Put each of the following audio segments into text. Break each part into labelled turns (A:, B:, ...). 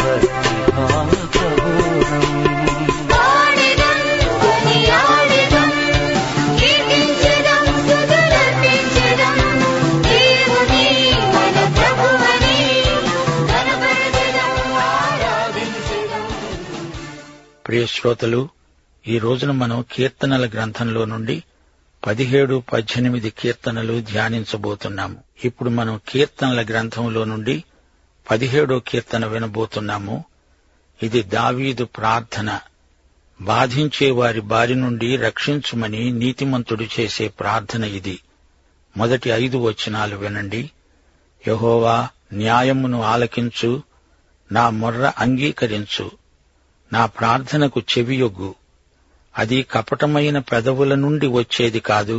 A: భక్తిభావబోధం ప్రియ శ్రోతలు ఈ రోజున మనం కీర్తనల గ్రంథంలో నుండి పదిహేడు పద్దెనిమిది కీర్తనలు ధ్యానించబోతున్నాము ఇప్పుడు మనం కీర్తనల గ్రంథంలో నుండి పదిహేడో కీర్తన వినబోతున్నాము ఇది దావీదు ప్రార్థన బాధించే వారి బారి నుండి రక్షించుమని నీతిమంతుడు చేసే ప్రార్థన ఇది మొదటి ఐదు వచనాలు వినండి యహోవా న్యాయమును ఆలకించు నా మొర్ర అంగీకరించు నా ప్రార్థనకు చెవియొగ్గు అది కపటమైన పెదవుల నుండి వచ్చేది కాదు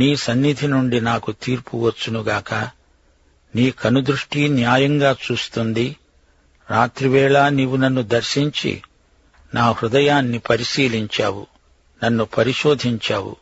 A: నీ సన్నిధి నుండి నాకు తీర్పు వచ్చునుగాక నీ కనుదృష్టి న్యాయంగా చూస్తుంది రాత్రివేళ నీవు నన్ను దర్శించి నా హృదయాన్ని పరిశీలించావు నన్ను పరిశోధించావు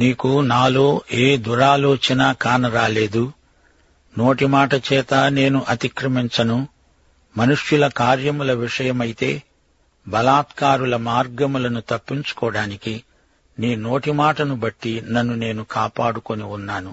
A: నీకు నాలో ఏ దురాలోచన కానరాలేదు నోటి మాట చేత నేను అతిక్రమించను మనుష్యుల కార్యముల విషయమైతే బలాత్కారుల మార్గములను తప్పించుకోవడానికి నీ నోటి మాటను బట్టి నన్ను నేను కాపాడుకొని ఉన్నాను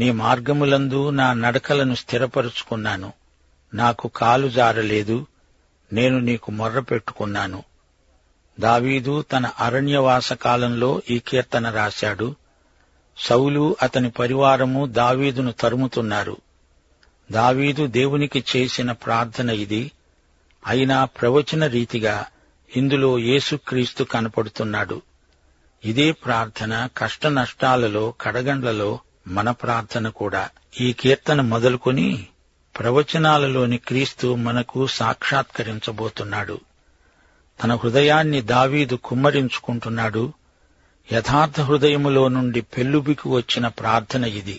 A: నీ మార్గములందు నా నడకలను స్థిరపరుచుకున్నాను నాకు కాలు జారలేదు నేను నీకు మొర్ర పెట్టుకున్నాను దావీదు తన అరణ్యవాస కాలంలో ఈ కీర్తన రాశాడు సౌలు అతని పరివారము దావీదును తరుముతున్నారు దావీదు దేవునికి చేసిన ప్రార్థన ఇది అయినా ప్రవచన రీతిగా ఇందులో యేసుక్రీస్తు కనపడుతున్నాడు ఇదే ప్రార్థన కష్ట నష్టాలలో కడగండ్లలో మన ప్రార్థన కూడా ఈ కీర్తన మొదలుకొని ప్రవచనాలలోని క్రీస్తు మనకు సాక్షాత్కరించబోతున్నాడు తన హృదయాన్ని దావీదు కుమ్మరించుకుంటున్నాడు యథార్థ హృదయములో నుండి పెళ్ళుబికి వచ్చిన ప్రార్థన ఇది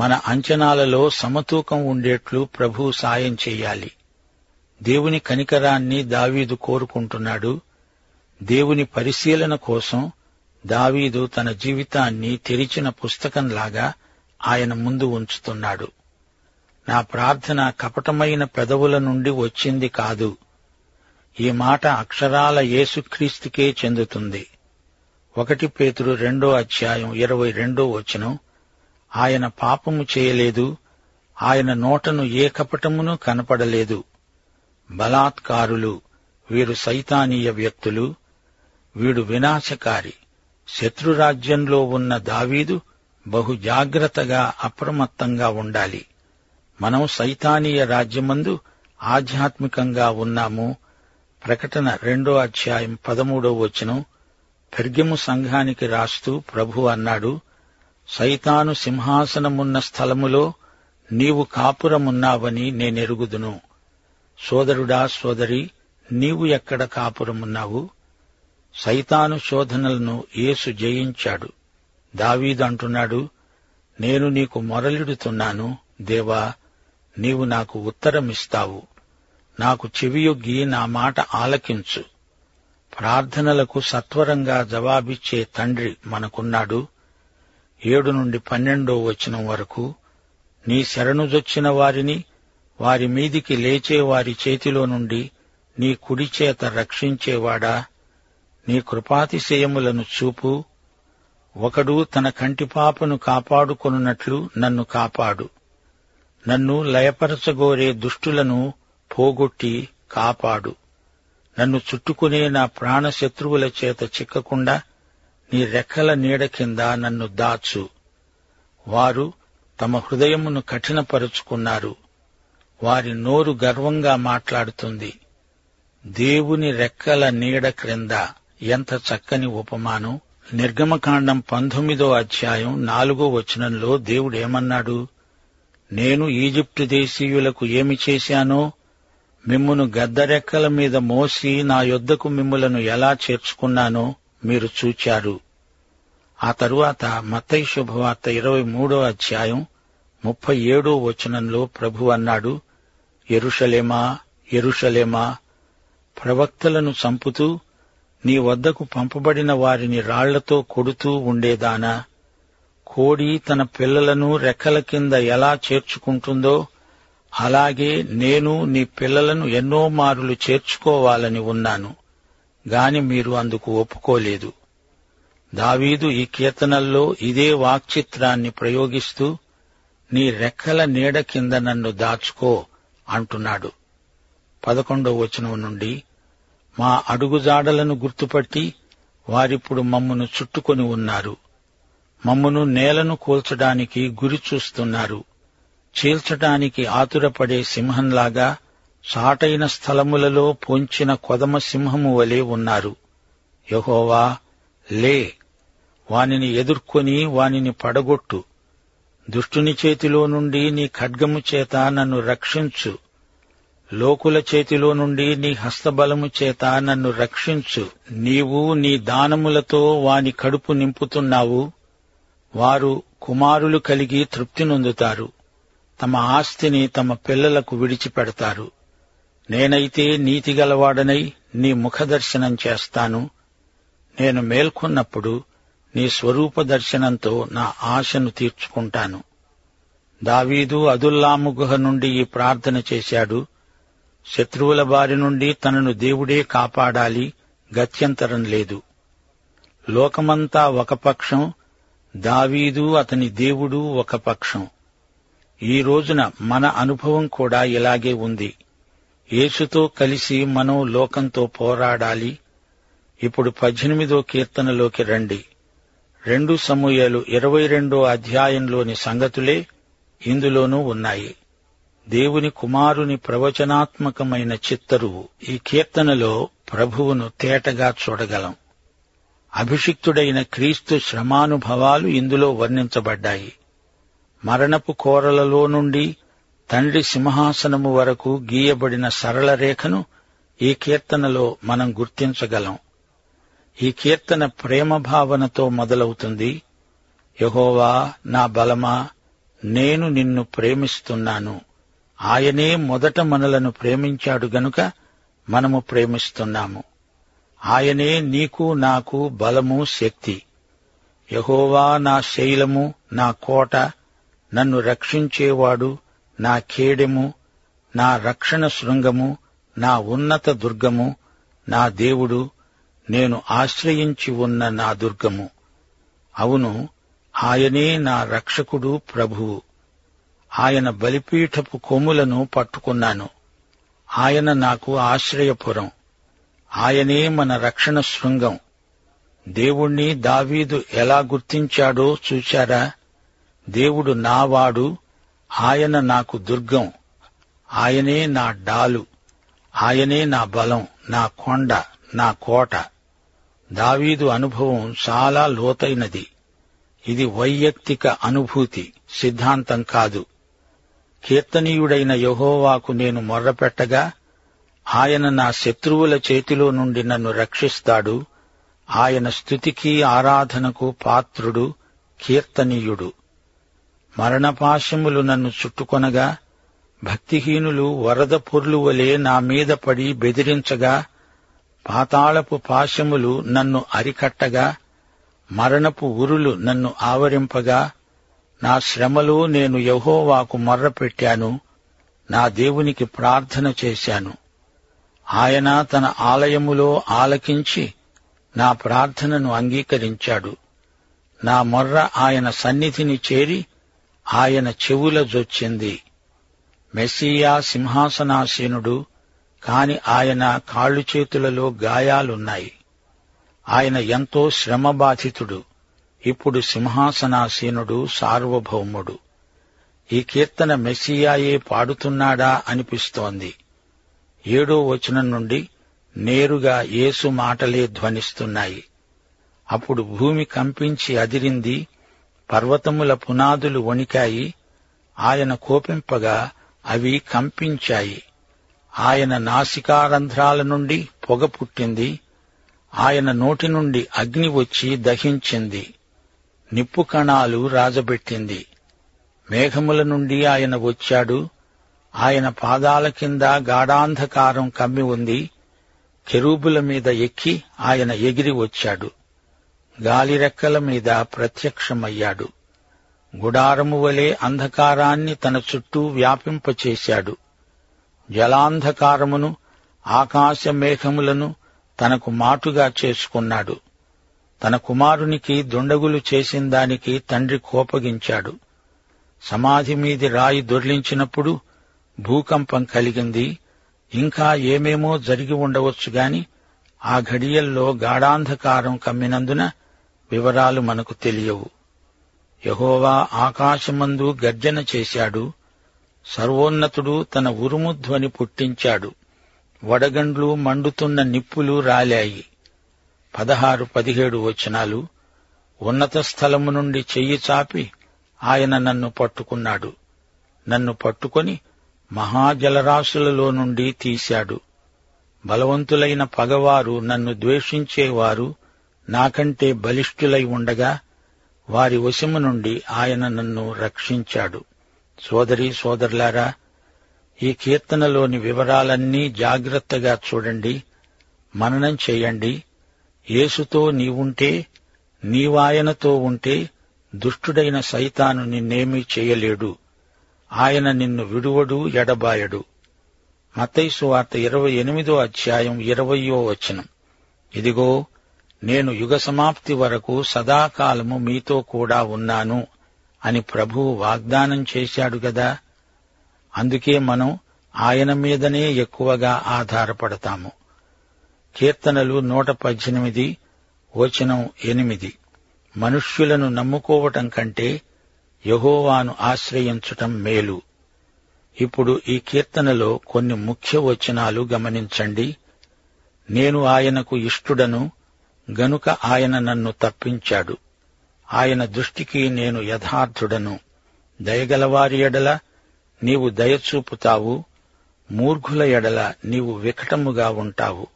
A: మన అంచనాలలో సమతూకం ఉండేట్లు ప్రభు సాయం చేయాలి దేవుని కనికరాన్ని దావీదు కోరుకుంటున్నాడు దేవుని పరిశీలన కోసం దావీదు తన జీవితాన్ని తెరిచిన పుస్తకంలాగా ఆయన ముందు ఉంచుతున్నాడు నా ప్రార్థన కపటమైన పెదవుల నుండి వచ్చింది కాదు ఈ మాట అక్షరాల యేసుక్రీస్తుకే చెందుతుంది ఒకటి పేతురు రెండో అధ్యాయం ఇరవై రెండో వచనం ఆయన పాపము చేయలేదు ఆయన నోటను ఏ కపటమును కనపడలేదు బలాత్కారులు వీరు సైతానీయ వ్యక్తులు వీడు వినాశకారి శత్రురాజ్యంలో ఉన్న దావీదు బహు జాగ్రత్తగా అప్రమత్తంగా ఉండాలి మనం సైతానీయ రాజ్యమందు ఆధ్యాత్మికంగా ఉన్నాము ప్రకటన రెండో అధ్యాయం పదమూడో వచనం పెర్గెము సంఘానికి రాస్తూ ప్రభు అన్నాడు సైతాను సింహాసనమున్న స్థలములో నీవు కాపురమున్నావని నేనెరుగుదును సోదరుడా సోదరి నీవు ఎక్కడ కాపురమున్నావు సైతాను శోధనలను యేసు జయించాడు దావీదు అంటున్నాడు నేను నీకు మొరలిడుతున్నాను దేవా నీవు నాకు ఉత్తరమిస్తావు నాకు చెవియొగ్గి నా మాట ఆలకించు ప్రార్థనలకు సత్వరంగా జవాబిచ్చే తండ్రి మనకున్నాడు ఏడు నుండి పన్నెండో వచనం వరకు నీ శరణుజొచ్చిన వారిని వారి మీదికి లేచే వారి చేతిలో నుండి నీ కుడి చేత రక్షించేవాడా నీ కృపాతిశయములను చూపు ఒకడు తన కంటిపాపను కాపాడుకొనున్నట్లు నన్ను కాపాడు నన్ను లయపరచగోరే దుష్టులను పోగొట్టి కాపాడు నన్ను చుట్టుకునే నా ప్రాణశత్రువుల చేత చిక్కకుండా నీ రెక్కల నీడ కింద నన్ను దాచు వారు తమ హృదయమును కఠినపరుచుకున్నారు వారి నోరు గర్వంగా మాట్లాడుతుంది దేవుని రెక్కల నీడ క్రింద ఎంత చక్కని ఉపమానం నిర్గమకాండం పంతొమ్మిదో అధ్యాయం నాలుగో వచనంలో దేవుడేమన్నాడు నేను ఈజిప్టు దేశీయులకు ఏమి చేశానో మిమ్మును గద్దరెక్కల మీద మోసి నా యొద్దకు మిమ్ములను ఎలా చేర్చుకున్నానో మీరు చూచారు ఆ తరువాత మత్తయి శుభవార్త ఇరవై మూడో అధ్యాయం ముప్పై ఏడో వచనంలో ప్రభు అన్నాడు ఎరుషలేమా ఎరుషలేమా ప్రవక్తలను చంపుతూ నీ వద్దకు పంపబడిన వారిని రాళ్లతో కొడుతూ ఉండేదానా కోడి తన పిల్లలను రెక్కల కింద ఎలా చేర్చుకుంటుందో అలాగే నేను నీ పిల్లలను ఎన్నో మారులు చేర్చుకోవాలని ఉన్నాను గాని మీరు అందుకు ఒప్పుకోలేదు దావీదు ఈ కీర్తనల్లో ఇదే వాక్చిత్రాన్ని ప్రయోగిస్తూ నీ రెక్కల నీడ కింద నన్ను దాచుకో అంటున్నాడు పదకొండో వచనం నుండి మా అడుగుజాడలను గుర్తుపట్టి వారిప్పుడు మమ్మను చుట్టుకొని ఉన్నారు మమ్మను నేలను కూల్చడానికి గురి చూస్తున్నారు చీల్చడానికి ఆతురపడే సింహంలాగా చాటైన స్థలములలో పొంచిన కొదమ సింహము వలె ఉన్నారు యహోవా లే వానిని ఎదుర్కొని వానిని పడగొట్టు దుష్టుని చేతిలో నుండి నీ ఖడ్గము చేత నన్ను రక్షించు లోకుల చేతిలో నుండి నీ హస్తబలము చేత నన్ను రక్షించు నీవు నీ దానములతో వాని కడుపు నింపుతున్నావు వారు కుమారులు కలిగి తృప్తి నొందుతారు తమ ఆస్తిని తమ పిల్లలకు విడిచిపెడతారు నేనైతే నీతిగలవాడనై నీ ముఖదర్శనం చేస్తాను నేను మేల్కొన్నప్పుడు నీ స్వరూప దర్శనంతో నా ఆశను తీర్చుకుంటాను దావీదు అదుల్లాము గుహ నుండి ఈ ప్రార్థన చేశాడు శత్రువుల బారి నుండి తనను దేవుడే కాపాడాలి గత్యంతరం లేదు లోకమంతా ఒక పక్షం దావీదు అతని దేవుడు ఒక పక్షం ఈ రోజున మన అనుభవం కూడా ఇలాగే ఉంది యేసుతో కలిసి మనం లోకంతో పోరాడాలి ఇప్పుడు పద్దెనిమిదో కీర్తనలోకి రండి రెండు సమూహలు ఇరవై రెండో అధ్యాయంలోని సంగతులే ఇందులోనూ ఉన్నాయి దేవుని కుమారుని ప్రవచనాత్మకమైన చిత్తరువు ఈ కీర్తనలో ప్రభువును తేటగా చూడగలం అభిషిక్తుడైన క్రీస్తు శ్రమానుభవాలు ఇందులో వర్ణించబడ్డాయి మరణపు కోరలలో నుండి తండ్రి సింహాసనము వరకు గీయబడిన సరళ రేఖను ఈ కీర్తనలో మనం గుర్తించగలం ఈ కీర్తన ప్రేమ భావనతో మొదలవుతుంది యహోవా నా బలమా నేను నిన్ను ప్రేమిస్తున్నాను ఆయనే మొదట మనలను ప్రేమించాడు గనుక మనము ప్రేమిస్తున్నాము ఆయనే నీకు నాకు బలము శక్తి యహోవా నా శైలము నా కోట నన్ను రక్షించేవాడు నా కేడెము నా రక్షణ శృంగము నా ఉన్నత దుర్గము నా దేవుడు నేను ఆశ్రయించి ఉన్న నా దుర్గము అవును ఆయనే నా రక్షకుడు ప్రభువు ఆయన బలిపీఠపు కొమ్ములను పట్టుకున్నాను ఆయన నాకు ఆశ్రయపురం ఆయనే మన రక్షణ శృంగం దేవుణ్ణి దావీదు ఎలా గుర్తించాడో చూచారా దేవుడు నావాడు ఆయన నాకు దుర్గం ఆయనే నా డాలు ఆయనే నా బలం నా కొండ నా కోట దావీదు అనుభవం చాలా లోతైనది ఇది వైయక్తిక అనుభూతి సిద్ధాంతం కాదు కీర్తనీయుడైన యహోవాకు నేను మొర్రపెట్టగా ఆయన నా శత్రువుల చేతిలో నుండి నన్ను రక్షిస్తాడు ఆయన స్థుతికి ఆరాధనకు పాత్రుడు కీర్తనీయుడు మరణపాశములు నన్ను చుట్టుకొనగా భక్తిహీనులు వరద పొర్లు వలె నా మీద పడి బెదిరించగా పాతాళపు పాశములు నన్ను అరికట్టగా మరణపు ఉరులు నన్ను ఆవరింపగా నా శ్రమలో నేను యహోవాకు మొర్రపెట్టాను నా దేవునికి ప్రార్థన చేశాను ఆయన తన ఆలయములో ఆలకించి నా ప్రార్థనను అంగీకరించాడు నా మొర్ర ఆయన సన్నిధిని చేరి ఆయన చెవుల జొచ్చింది మెస్సియా సింహాసనాసీనుడు కాని ఆయన కాళ్ళు చేతులలో గాయాలున్నాయి ఆయన ఎంతో శ్రమబాధితుడు ఇప్పుడు సింహాసనాసీనుడు సార్వభౌముడు ఈ కీర్తన మెస్సియాయే పాడుతున్నాడా అనిపిస్తోంది ఏడో వచనం నుండి నేరుగా యేసు మాటలే ధ్వనిస్తున్నాయి అప్పుడు భూమి కంపించి అదిరింది పర్వతముల పునాదులు వణికాయి ఆయన కోపింపగా అవి కంపించాయి ఆయన నాసికారంధ్రాల నుండి పొగ పుట్టింది ఆయన నోటి నుండి అగ్ని వచ్చి దహించింది నిప్పు కణాలు రాజబెట్టింది మేఘముల నుండి ఆయన వచ్చాడు ఆయన పాదాల కింద గాఢాంధకారం కమ్మి ఉంది కెరూబుల మీద ఎక్కి ఆయన ఎగిరి వచ్చాడు గాలి రెక్కల మీద ప్రత్యక్షమయ్యాడు గుడారము వలె అంధకారాన్ని తన చుట్టూ వ్యాపింపచేశాడు జలాంధకారమును ఆకాశ మేఘములను తనకు మాటుగా చేసుకున్నాడు తన కుమారునికి దుండగులు చేసిన దానికి తండ్రి కోపగించాడు సమాధి మీది రాయి దొర్లించినప్పుడు భూకంపం కలిగింది ఇంకా ఏమేమో జరిగి ఉండవచ్చు గాని ఆ ఘడియల్లో గాఢాంధకారం కమ్మినందున వివరాలు మనకు తెలియవు యహోవా ఆకాశమందు గర్జన చేశాడు సర్వోన్నతుడు తన ఉరుము ధ్వని పుట్టించాడు వడగండ్లు మండుతున్న నిప్పులు రాలాయి పదహారు పదిహేడు వచనాలు ఉన్నత స్థలము నుండి చెయ్యి చాపి ఆయన నన్ను పట్టుకున్నాడు నన్ను పట్టుకొని మహాజలరాశులలో నుండి తీశాడు బలవంతులైన పగవారు నన్ను ద్వేషించేవారు నాకంటే బలిష్ఠులై ఉండగా వారి వశము నుండి ఆయన నన్ను రక్షించాడు సోదరి సోదరులారా ఈ కీర్తనలోని వివరాలన్నీ జాగ్రత్తగా చూడండి మననం చేయండి యేసుతో నీవుంటే నీవాయనతో ఉంటే దుష్టుడైన సైతాను నిన్నేమీ చేయలేడు ఆయన నిన్ను విడువడు ఎడబాయడు మత్తైసు వార్త ఇరవై ఎనిమిదో అధ్యాయం ఇరవయో వచనం ఇదిగో నేను యుగ సమాప్తి వరకు సదాకాలము మీతో కూడా ఉన్నాను అని ప్రభువు వాగ్దానం చేశాడు గదా అందుకే మనం ఆయన మీదనే ఎక్కువగా ఆధారపడతాము కీర్తనలు నూట పద్దెనిమిది వచనం ఎనిమిది మనుష్యులను నమ్ముకోవటం కంటే యహోవాను ఆశ్రయించటం మేలు ఇప్పుడు ఈ కీర్తనలో కొన్ని ముఖ్య వచనాలు గమనించండి నేను ఆయనకు ఇష్టుడను గనుక ఆయన నన్ను తప్పించాడు ఆయన దృష్టికి నేను యథార్థుడను దయగలవారి ఎడల నీవు దయ చూపుతావు మూర్ఖుల ఎడల నీవు వికటముగా ఉంటావు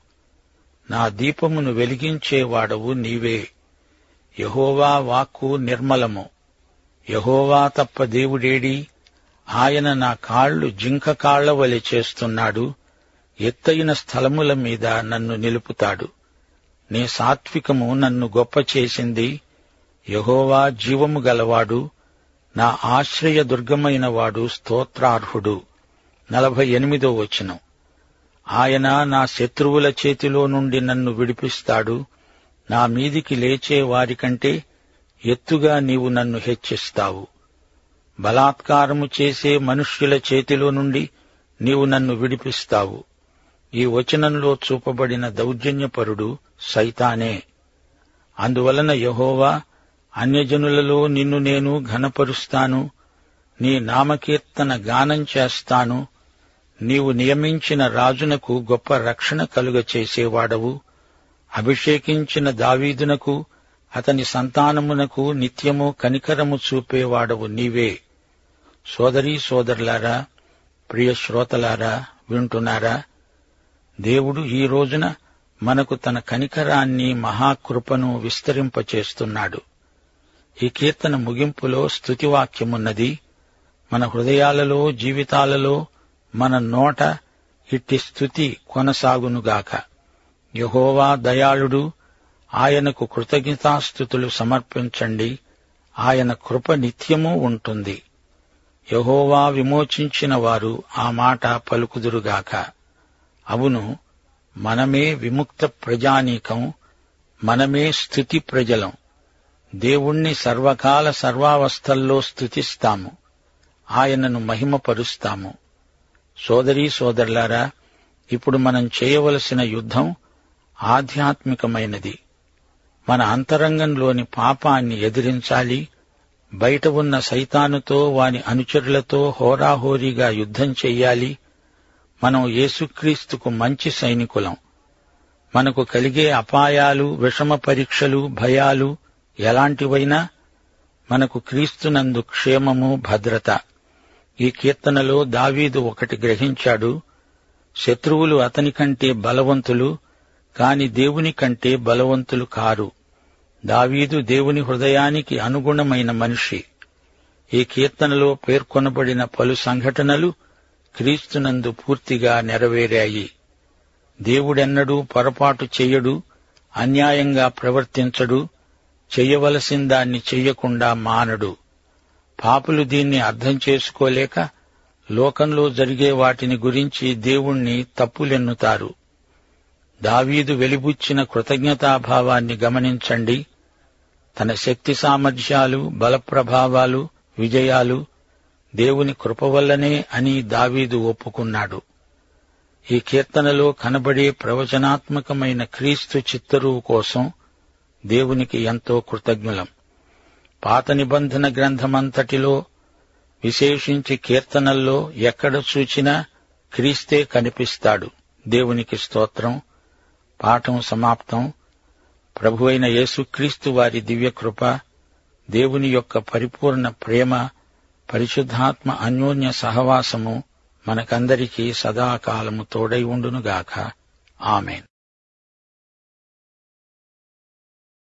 A: నా దీపమును వెలిగించేవాడవు నీవే యహోవా వాక్కు నిర్మలము యహోవా తప్ప దేవుడేడి ఆయన నా కాళ్ళు జింక కాళ్ల వలె చేస్తున్నాడు ఎత్తైన స్థలముల మీద నన్ను నిలుపుతాడు నీ సాత్వికము నన్ను గొప్ప చేసింది యహోవా జీవము గలవాడు నా ఆశ్రయ దుర్గమైన వాడు స్తోత్రార్హుడు నలభై ఎనిమిదో వచనం ఆయన నా శత్రువుల చేతిలో నుండి నన్ను విడిపిస్తాడు నా మీదికి లేచే వారికంటే ఎత్తుగా నీవు నన్ను హెచ్చిస్తావు బలాత్కారము చేసే మనుష్యుల చేతిలో నుండి నీవు నన్ను విడిపిస్తావు ఈ వచనంలో చూపబడిన దౌర్జన్యపరుడు సైతానే అందువలన యహోవా అన్యజనులలో నిన్ను నేను ఘనపరుస్తాను నీ నామకీర్తన గానం చేస్తాను నీవు నియమించిన రాజునకు గొప్ప రక్షణ కలుగ చేసేవాడవు అభిషేకించిన దావీదునకు అతని సంతానమునకు నిత్యము కనికరము చూపేవాడవు నీవే సోదరీ సోదరులారా ప్రియ శ్రోతలారా వింటున్నారా దేవుడు ఈ రోజున మనకు తన కనికరాన్ని మహాకృపను విస్తరింపచేస్తున్నాడు ఈ కీర్తన ముగింపులో స్తుతివాక్యమున్నది మన హృదయాలలో జీవితాలలో మన నోట ఇట్టి స్థుతి కొనసాగునుగాక యహోవా దయాళుడు ఆయనకు కృతజ్ఞతాస్థుతులు సమర్పించండి ఆయన కృప నిత్యము ఉంటుంది యహోవా విమోచించిన వారు ఆ మాట పలుకుదురుగాక అవును మనమే విముక్త ప్రజానీకం మనమే స్థుతి ప్రజలం దేవుణ్ణి సర్వకాల సర్వావస్థల్లో స్థుతిస్తాము ఆయనను మహిమపరుస్తాము సోదరీ సోదరులారా ఇప్పుడు మనం చేయవలసిన యుద్ధం ఆధ్యాత్మికమైనది మన అంతరంగంలోని పాపాన్ని ఎదిరించాలి బయట ఉన్న సైతానుతో వాని అనుచరులతో హోరాహోరీగా యుద్ధం చెయ్యాలి మనం యేసుక్రీస్తుకు మంచి సైనికులం మనకు కలిగే అపాయాలు విషమ పరీక్షలు భయాలు ఎలాంటివైనా మనకు క్రీస్తునందు క్షేమము భద్రత ఈ కీర్తనలో దావీదు ఒకటి గ్రహించాడు శత్రువులు అతని కంటే బలవంతులు కాని దేవుని కంటే బలవంతులు కారు దావీదు దేవుని హృదయానికి అనుగుణమైన మనిషి ఈ కీర్తనలో పేర్కొనబడిన పలు సంఘటనలు క్రీస్తునందు పూర్తిగా నెరవేరాయి దేవుడెన్నడూ పొరపాటు చెయ్యడు అన్యాయంగా ప్రవర్తించడు చెయ్యవలసిన దాన్ని చెయ్యకుండా మానడు పాపులు దీన్ని అర్థం చేసుకోలేక లోకంలో జరిగే వాటిని గురించి దేవుణ్ణి తప్పులెన్నుతారు దావీదు వెలిబుచ్చిన కృతజ్ఞతాభావాన్ని గమనించండి తన శక్తి సామర్థ్యాలు బలప్రభావాలు విజయాలు దేవుని కృప వల్లనే అని దావీదు ఒప్పుకున్నాడు ఈ కీర్తనలో కనబడే ప్రవచనాత్మకమైన క్రీస్తు చిత్తరువు కోసం దేవునికి ఎంతో కృతజ్ఞులం పాత నిబంధన గ్రంథమంతటిలో విశేషించి కీర్తనల్లో ఎక్కడ చూచినా క్రీస్తే కనిపిస్తాడు దేవునికి స్తోత్రం పాఠం సమాప్తం ప్రభు అయిన యేసుక్రీస్తు వారి దివ్య కృప దేవుని యొక్క పరిపూర్ణ ప్రేమ పరిశుద్ధాత్మ అన్యోన్య సహవాసము మనకందరికీ సదాకాలము తోడై ఉండునుగాక ఆమెన్